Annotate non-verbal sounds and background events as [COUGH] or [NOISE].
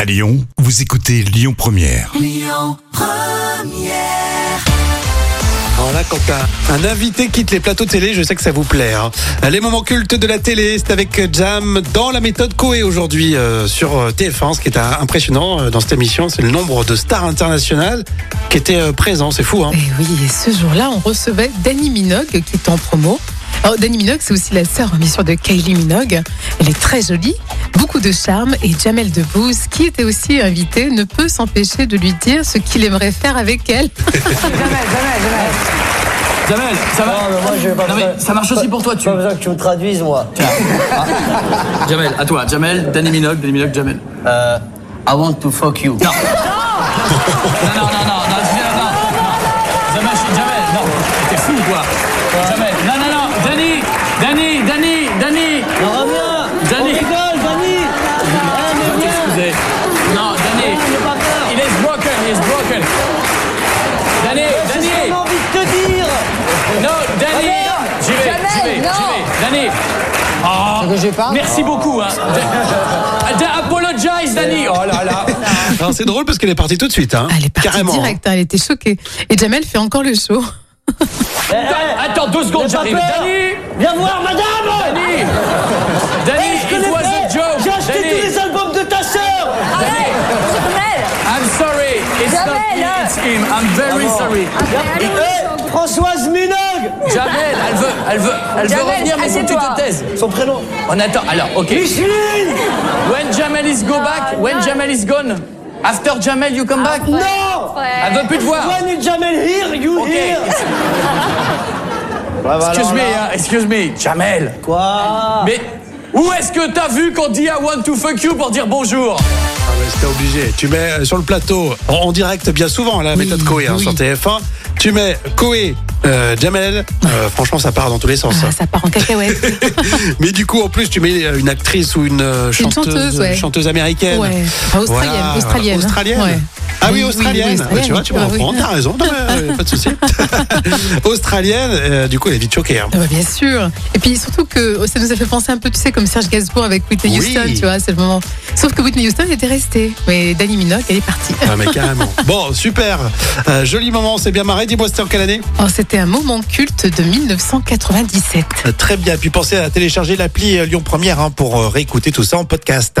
À Lyon, vous écoutez Lyon Première. Voilà, quand un, un invité quitte les plateaux télé, je sais que ça vous plaît. hein. Les moments cultes de la télé, c'est avec Jam dans la méthode Coé aujourd'hui euh, sur euh, TF1. Ce qui est euh, impressionnant euh, dans cette émission, c'est le nombre de stars internationales qui étaient euh, présents. C'est fou, [LAUGHS] hein Et Eh oui, et ce jour-là, on recevait Danny Minogue qui est en promo. Alors, Danny Minogue, c'est aussi la sœur, bien sûr, de Kylie Minogue. Elle est très jolie, beaucoup de charme. Et Jamel Debbouze, qui était aussi invité, ne peut s'empêcher de lui dire ce qu'il aimerait faire avec elle. Jamel, ça marche. Non, mais moi, je vais pas Non, faire- mais ça marche aussi pour toi, tu. Pas besoin que tu me traduises, moi. Jamel, à toi, Jamel, Danny Minogue, Danny Minogue, Jamel. Euh, I want to fuck you. Non. Non, non, non, non, non, Jamel, non, non. Jamel, je suis Jamel, non. T'es fou ou quoi Jamel, non, non, non, Danny, Danny, Danny, Danny. Non, reviens Danny. On rigole, Danny Eh, Ah, mais viens Excusez. Non, Danny. J'ai pas peur Il est broken, il est broken. Danny, J'ai Danny. tellement envie de te dire Non, Danny J'y vais, j'y vais, j'y vais. Danny oh, Merci beaucoup. Hein. Da- [LAUGHS] Da- Apologize, Danny Oh là là Alors, C'est drôle parce qu'elle est partie tout de suite. Hein. Ah, Elle est partie Carrément. hein. direct, hein, elle était choquée. Et Jamel fait encore le show. Eh, Attends deux secondes, J'ai pas j'arrive. peur. Danny Viens voir, madame Danny Danny, Je it l'ai was fait. a joke J'ai acheté Danny. tous les albums de ta sœur Arrête, Jamel I'm sorry, it's not me, Jamel. it's him. I'm very sorry. Allez, Eh, Françoise Minogue Jamel, elle veut, elle veut, elle veut Jamel, revenir, mais faut que tu assieds-toi. te taises. Son prénom On attend, alors, ok. Micheline When Jamel is go back, when Jamel is gone, after Jamel you come back. Non Elle veut plus te voir. When you Jamel here, you Ok. here Ouais, bah, Excuse alors me, là- hein, excuse me, Jamel. Quoi Mais où est-ce que t'as vu qu'on dit I want to fuck you pour dire bonjour Ah, mais C'était obligé. Tu mets euh, sur le plateau, en, en direct bien souvent, la méthode Coé hein, oui. sur TF1. Tu mets Coé, euh, Jamel. Euh, franchement, ça part dans tous les sens. Ah, ça part en cacahuète. Mais du coup, en plus, tu mets euh, une actrice ou une euh, chanteuse, chanteuse, ouais. chanteuse américaine. Ouais. Enfin, australienne, australienne. Australienne. Ouais. Ah oui, Oui, oui, australienne. oui, Bah, tu vois, tu me australienne. Ah, oui. reprends, t'as raison, non, mais, euh, pas de [LAUGHS] souci. australienne, euh, du coup, elle est vite choquée. hein. [LAUGHS] Ah bah, bien sûr. Et puis surtout que oh, ça nous a fait penser un peu, tu sais, comme Serge Gainsbourg avec Whitney Oui. Houston, tu vois, c'est le moment. Sauf que Whitney Houston était restée, mais Danny Minogue, elle est partie. [LAUGHS] Ah, mais carrément. Bon, super. Euh, joli moment, on s'est bien marré. Dis-moi, c'était en quelle année Alors, Oh, c'était un moment culte de 1997. Euh, Très bien. Puis pensez à télécharger l'appli euh, Lyon Première hein, pour euh, réécouter tout ça en podcast.